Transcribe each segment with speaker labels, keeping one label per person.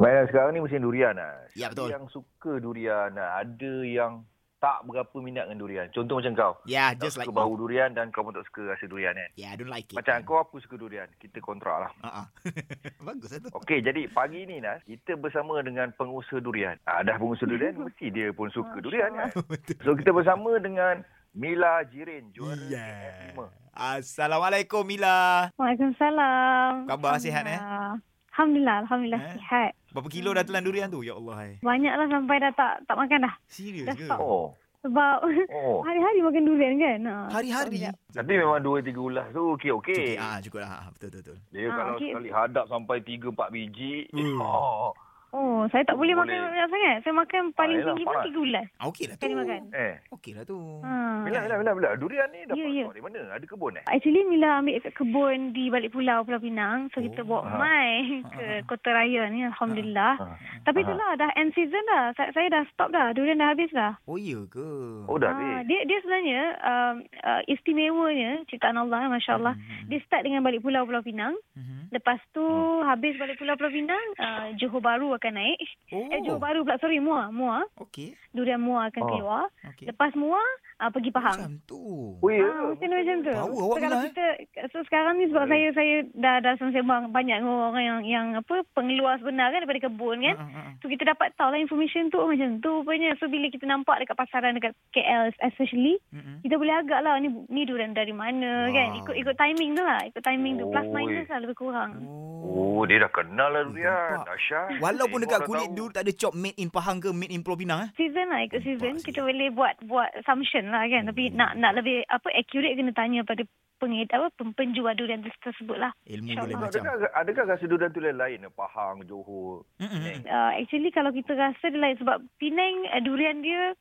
Speaker 1: Mainan sekarang ni musim durian lah.
Speaker 2: Ya, betul.
Speaker 1: Ada yang suka durian lah. Ada yang tak berapa minat dengan durian. Contoh macam kau.
Speaker 2: Yeah,
Speaker 1: Tak
Speaker 2: just
Speaker 1: suka
Speaker 2: like
Speaker 1: bau durian dan kau pun tak suka rasa durian kan.
Speaker 2: Yeah, I don't like it.
Speaker 1: Macam kau aku suka durian. Kita kontrak lah.
Speaker 2: Uh-uh. Bagus lah tu.
Speaker 1: Okey, jadi pagi ni Nas, kita bersama dengan pengusaha durian. Ah, dah pengusaha durian, mesti dia pun suka durian kan.
Speaker 2: Betul.
Speaker 1: So, kita bersama dengan Mila Jirin, juara
Speaker 2: Yeah.
Speaker 1: KF5.
Speaker 2: Assalamualaikum Mila.
Speaker 3: Waalaikumsalam.
Speaker 2: Khabar, sihat, eh?
Speaker 3: Alhamdulillah. Alhamdulillah, Alhamdulillah
Speaker 2: Eh?
Speaker 3: sihat.
Speaker 2: Berapa kilo dah telan durian tu? Ya Allah. Eh.
Speaker 3: Banyaklah sampai dah tak tak makan dah.
Speaker 2: Serius
Speaker 3: Dah
Speaker 2: ke?
Speaker 3: stop.
Speaker 1: Oh,
Speaker 3: Sebab
Speaker 1: oh.
Speaker 3: hari-hari makan durian kan. Ha,
Speaker 2: Hari-hari.
Speaker 3: sekejap.
Speaker 1: Tapi memang dua tiga ulas tu okey-okey.
Speaker 2: Cukup, ah, cukup lah. Ah, Betul, betul, betul.
Speaker 1: Dia
Speaker 3: Ah,
Speaker 1: kalau
Speaker 3: okey.
Speaker 1: sekali hadap sampai tiga empat biji,
Speaker 2: Hmm.
Speaker 1: oh,
Speaker 3: Oh, saya tak boleh,
Speaker 1: Boleh.
Speaker 3: makan banyak sangat. Saya makan paling
Speaker 1: yelah,
Speaker 3: tinggi pun
Speaker 1: panas.
Speaker 3: tiga bulan
Speaker 2: Ah, okey lah tu.
Speaker 3: sekali makan.
Speaker 1: eh.
Speaker 2: Okey lah tu.
Speaker 3: Ha.
Speaker 1: Bila, bila, bila, bila. Durian ni dapat
Speaker 3: Ya, ya.
Speaker 1: yeah, dari mana? Ada kebun eh?
Speaker 3: Actually Mila ambil kat kebun di balik pulau Pulau Pinang. So kita
Speaker 2: Oh,
Speaker 3: bawa
Speaker 1: ha.
Speaker 3: main ke Kota Raya ni Alhamdulillah.
Speaker 1: Ha, ha.
Speaker 3: Tapi
Speaker 1: Ha.
Speaker 3: itulah dah end season dah. Saya, saya dah stop dah. Durian dah habis dah.
Speaker 2: Oh, iya ke?
Speaker 1: Oh, dah
Speaker 3: Ah,
Speaker 1: habis.
Speaker 3: dia dia sebenarnya um, uh, istimewanya ciptaan Allah masya-Allah.
Speaker 2: Hmm.
Speaker 3: Dia start dengan balik pulau Pulau Pinang,
Speaker 2: Mhm.
Speaker 3: lepas tu habis balik pulau Pulau Pinang, uh, Johor Bahru akan naik. Eh Johor
Speaker 2: Oh,
Speaker 3: Bahru pula sorry Muar, Muar,
Speaker 2: okey.
Speaker 3: durian Muar akan
Speaker 1: Oh.
Speaker 3: keluar.
Speaker 2: Okey.
Speaker 3: Lepas Muar uh, pergi Pahang.
Speaker 2: Ya. Macam tu.
Speaker 1: Oh, ya.
Speaker 3: Ah, macam tu macam tu.
Speaker 2: Power awak Ya.
Speaker 3: kalau
Speaker 2: Mila, eh?
Speaker 3: kita so sekarang ni sebab
Speaker 1: Baik.
Speaker 3: saya saya dah dah sembang banyak dengan orang yang yang apa pengeluar sebenar kan daripada kebun kan.
Speaker 2: Ah, ah, ah.
Speaker 3: So kita dapat tahu lah information tu oh, macam tu punya. So bila kita nampak dekat pasaran dekat KL especially
Speaker 2: Mhm.
Speaker 3: kita boleh agak lah ni, ni durian dari mana
Speaker 2: Wow.
Speaker 3: wow. kan. Ikut ikut timing tu lah. Ikut timing tu. Plus
Speaker 1: Oi.
Speaker 3: minus lah lebih kurang.
Speaker 2: Oh.
Speaker 1: Oh, dia dah kenal lah durian.
Speaker 2: nampak.
Speaker 1: Dahsyat.
Speaker 2: Oh. Walaupun dekat
Speaker 1: Orang
Speaker 2: kulit
Speaker 1: tahu. Ah,
Speaker 2: dulu tak ada chop made in Pahang ke made in Pulau Pinang eh?
Speaker 3: Season lah ikut season.
Speaker 2: Nampak
Speaker 3: Kita boleh buat buat assumption lah kan. Tapi
Speaker 2: Hmm.
Speaker 3: nak nak lebih apa accurate kena tanya pada penged apa pem- penjual durian tu- tersebut lah.
Speaker 2: Ilmu
Speaker 3: InsyaAllah.
Speaker 2: boleh macam. Oh,
Speaker 1: Adakah, adakah rasa durian tu lain-lain? Pahang, Johor.
Speaker 2: Mm-mm.
Speaker 3: Uh, actually kalau kita rasa dia lain sebab Penang uh, durian dia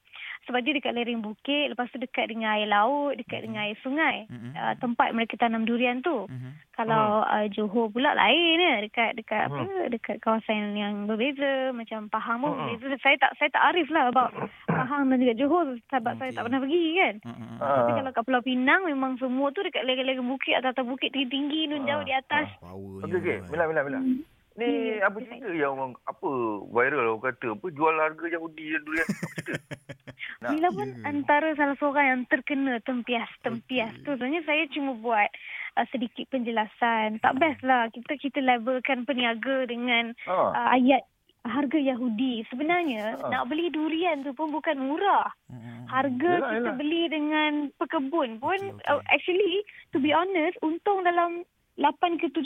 Speaker 3: sebab dia dekat lereng bukit. Lepas tu dekat dengan air laut, dekat dengan air sungai.
Speaker 2: Mm-mm.
Speaker 3: Uh, tempat mereka tanam durian tu.
Speaker 2: Mhm.
Speaker 3: Kalau uh, Johor pula lain ya dekat
Speaker 1: Hmm.
Speaker 3: dekat apa dekat kawasan yang berbeza macam Pahang pun
Speaker 1: Hmm.
Speaker 3: berbeza. Saya tak saya tak arif lah about Pahang dan juga Johor sebab saya tak
Speaker 2: Okey.
Speaker 3: pernah pergi kan.
Speaker 2: Mm-mm.
Speaker 3: Tapi
Speaker 1: Ah.
Speaker 3: kalau kat Pulau Pinang memang semua tu dekat lereng-lereng bukit atau bukit tinggi-tinggi
Speaker 1: Ah,
Speaker 3: nun jauh di atas.
Speaker 2: Ah, Power. lah.
Speaker 1: Okey, okey. Mila, Mila, Mila. Ni
Speaker 3: Ya,
Speaker 1: apa
Speaker 3: okey,
Speaker 1: cerita yang orang, apa viral orang kata apa jual harga Yahudi dan durian apa cerita? Nah,
Speaker 3: Mila pun
Speaker 2: ya.
Speaker 3: antara salah seorang yang terkena tempias-tempias tu. Sebenarnya saya cuma buat uh, sedikit
Speaker 1: Hmm.
Speaker 3: penjelasan. Tak best lah kita kita labelkan peniaga dengan
Speaker 1: ha.
Speaker 3: uh, ayat harga Yahudi. Sebenarnya
Speaker 1: Ah.
Speaker 3: nak beli durian tu pun bukan murah. Harga
Speaker 1: Yelah,
Speaker 3: kita
Speaker 1: yelah.
Speaker 3: beli dengan pekebun pun
Speaker 2: Okey, okey.
Speaker 3: uh, actually to be honest untung dalam 8 ke 7%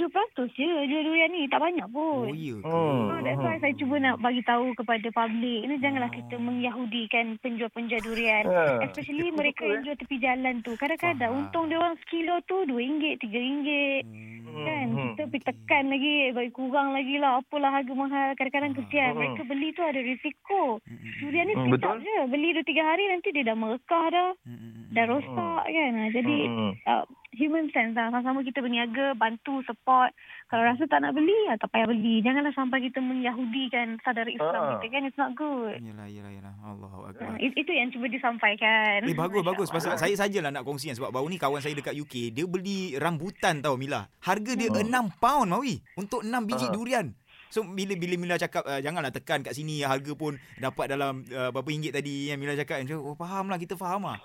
Speaker 3: je jual durian ni. Tak banyak
Speaker 2: Oh,
Speaker 3: pun.
Speaker 2: ya ke?
Speaker 1: Hmm.
Speaker 3: So that's why saya cuba nak bagi tahu kepada public ni janganlah kita
Speaker 1: Ah.
Speaker 2: Oh.
Speaker 3: mengyahudikan penjual-penjual durian.
Speaker 1: Ha.
Speaker 3: Especially
Speaker 1: Betul
Speaker 3: mereka
Speaker 1: betul, eh.
Speaker 3: yang jual tepi jalan tu. Kadang-kadang
Speaker 2: Faham.
Speaker 3: untung dia orang sekilo tu RM2, RM3.
Speaker 2: Hmm.
Speaker 3: Kan
Speaker 1: Hmm.
Speaker 3: kita pergi tekan lagi Bagi kurang lagi lah Apalah harga mahal Kadang-kadang
Speaker 2: Ah.
Speaker 3: kesian
Speaker 1: Hmm.
Speaker 3: Mereka beli tu ada risiko
Speaker 2: Mm-mm.
Speaker 3: Durian ni
Speaker 1: Hmm, betul.
Speaker 3: sekejap je Beli 2-3 hari nanti dia dah merekah dah
Speaker 2: Mm-mm.
Speaker 3: Dah rosak kan Ah, Jadi
Speaker 1: Hmm.
Speaker 3: uh, human sense lah Sama-sama kita berniaga Bantu, support Kalau rasa tak nak beli ya, Tak payah beli Janganlah sampai kita mengyahudikan Saudara
Speaker 1: Ah. Hmm.
Speaker 3: Islam kita kan It's not good
Speaker 2: Yelah, yelah, yelah. Allahu
Speaker 3: Ah,
Speaker 2: Akbar.
Speaker 3: it- Itu yang cuba disampaikan
Speaker 2: Eh bagus bagus pasal
Speaker 3: Masya
Speaker 2: saya sajalah nak kongsikan sebab baru ni kawan saya dekat UK dia beli rambutan tau Mila. Harga dia
Speaker 1: Hmm.
Speaker 2: 6 pound Mawi untuk 6 biji
Speaker 1: Ah.
Speaker 2: durian. So bila bila Mila cakap uh, janganlah tekan kat sini harga pun dapat dalam uh, berapa ringgit tadi yang Mila cakap macam oh faham lah kita faham ah.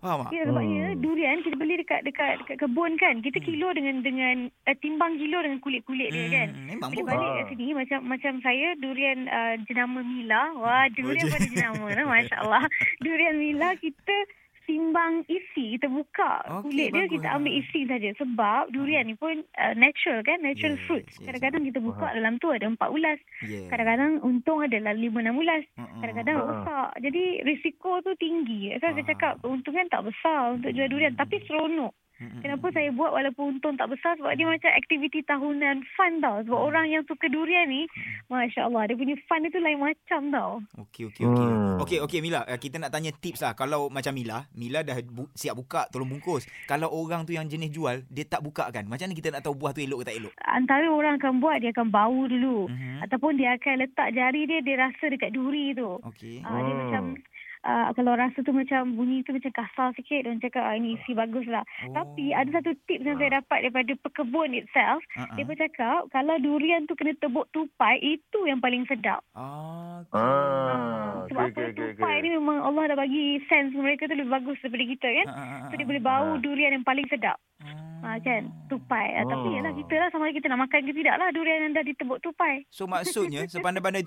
Speaker 2: Faham ah?
Speaker 3: Ya sebabnya
Speaker 1: Hmm.
Speaker 3: durian kita beli dekat dekat dekat kebun kan. Kita
Speaker 2: Hmm.
Speaker 3: kilo dengan dengan uh, timbang kilo dengan kulit-kulit dia kan.
Speaker 2: Hmm, memang
Speaker 3: Dia
Speaker 2: boleh.
Speaker 3: balik kat
Speaker 1: Ah.
Speaker 3: sini macam macam saya durian uh, jenama Mila. Wah, durian
Speaker 2: Boleh.
Speaker 3: pada jenama nah, masya-Allah. Durian Mila kita timbang isi, kita buka
Speaker 2: Okey,
Speaker 3: kulit dia
Speaker 2: bagus.
Speaker 3: kita ambil isi saja sebab durian ni pun uh, natural kan, natural
Speaker 2: Yes,
Speaker 3: fruit.
Speaker 2: yes.
Speaker 3: Kadang-kadang kita buka
Speaker 1: Faham.
Speaker 3: dalam tu ada empat ulas.
Speaker 2: Yeah.
Speaker 3: Kadang-kadang untung adalah lima enam ulas.
Speaker 2: Mm-mm.
Speaker 3: Kadang-kadang
Speaker 1: Ah.
Speaker 3: rosak. Jadi risiko tu tinggi. So, saya
Speaker 2: Ah.
Speaker 3: cakap keuntungan tak besar untuk jual durian.
Speaker 2: Hmm.
Speaker 3: Tapi seronok.
Speaker 2: Mm-mm.
Speaker 3: Kenapa saya buat walaupun untung tak besar? Sebab dia macam aktiviti tahunan fun tau. Sebab
Speaker 2: Hmm.
Speaker 3: orang yang suka durian ni, Masya Allah. Dia punya fun dia tu lain macam tau.
Speaker 2: Okey okey okey.
Speaker 1: Hmm.
Speaker 2: Okey okey Mila, eh, kita nak tanya tips lah kalau macam Mila, Mila dah bu- siap buka tolong bungkus. Kalau orang tu yang jenis jual, dia tak buka kan. Macam mana kita nak tahu buah tu elok ke tak elok?
Speaker 3: Antara orang akan buat, dia akan bau dulu.
Speaker 2: Mhm.
Speaker 3: Ataupun dia akan letak jari dia, dia rasa dekat duri tu.
Speaker 2: Okey.
Speaker 3: Ah, dia
Speaker 1: Hmm.
Speaker 3: macam uh, kalau rasa tu macam bunyi tu macam kasar sikit dia orang cakap ah, ini isi bagus lah.
Speaker 2: Oh.
Speaker 3: Oh. Tapi ada satu tips yang saya dapat daripada pekebun itself.
Speaker 2: Ah, ah.
Speaker 3: Dia pun cakap kalau durian tu kena tebuk tupai itu yang paling sedap.
Speaker 2: Ah.
Speaker 1: Ah,
Speaker 3: Sebab
Speaker 1: okey,
Speaker 3: apa
Speaker 1: okey, okey,
Speaker 3: tupai ni memang Allah dah bagi sense mereka tu lebih bagus daripada kita
Speaker 2: Ah,
Speaker 3: kan. So dia boleh bau
Speaker 1: Ah.
Speaker 3: durian yang paling sedap. Ha, kan? Tupai. Ah, Tapi
Speaker 1: Oh.
Speaker 3: yalah kita lah sama ada kita nak makan ke tidak lah durian yang dah ditebuk tupai.
Speaker 2: So maksudnya sepandai-pandai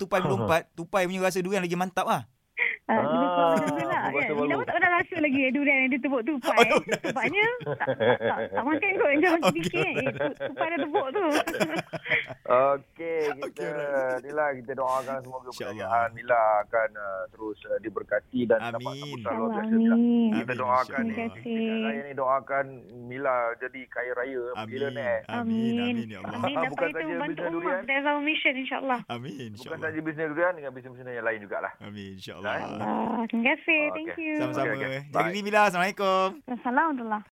Speaker 2: tupai melompat, tupai punya rasa durian lagi mantap ah.
Speaker 3: Ah,
Speaker 1: Ah,
Speaker 3: lebih kurang macam tu lah kan.
Speaker 1: bagus,
Speaker 3: Bila
Speaker 1: bagus.
Speaker 3: tak pernah rasa lagi eh, durian yang ditebuk tupai.
Speaker 2: Oh, tak pernah
Speaker 3: Sebabnya tak, tak, tak makan kot. Macam
Speaker 2: Okey,
Speaker 3: okay. fikir eh, tu- tupai dah tebuk tu.
Speaker 1: Okey, kita
Speaker 2: Okey, alright.
Speaker 1: Nila kita doakan semoga
Speaker 2: InsyaAllah.
Speaker 1: perniagaan Nila akan uh, terus uh, diberkati dan
Speaker 2: Amin.
Speaker 1: dapat keputusan luar biasa Nila.
Speaker 3: Amin.
Speaker 1: Kita doakan
Speaker 3: Terima
Speaker 1: ni.
Speaker 3: kasih.
Speaker 1: Saya ni doakan Mila jadi kaya raya bila ni.
Speaker 2: Amin. Amin ya Allah.
Speaker 3: Amin. Dapat
Speaker 1: Ah, Bukan
Speaker 3: kita
Speaker 1: saja
Speaker 3: membantu
Speaker 1: bisnes
Speaker 3: umat.
Speaker 1: durian.
Speaker 3: That's our mission insyaAllah.
Speaker 2: Amin
Speaker 1: Bukan
Speaker 2: insya-Allah.
Speaker 1: saja bisnes durian dengan bisnes-bisnes yang lain lah. jugalah.
Speaker 2: Amin insya-Allah.
Speaker 3: Ah, terima kasih. Thank
Speaker 1: Okey.
Speaker 3: you.
Speaker 2: Sama-sama. eh.
Speaker 1: Okey, okey.
Speaker 2: Jaga
Speaker 1: Bye.
Speaker 2: diri Mila. Assalamualaikum.
Speaker 3: Assalamualaikum.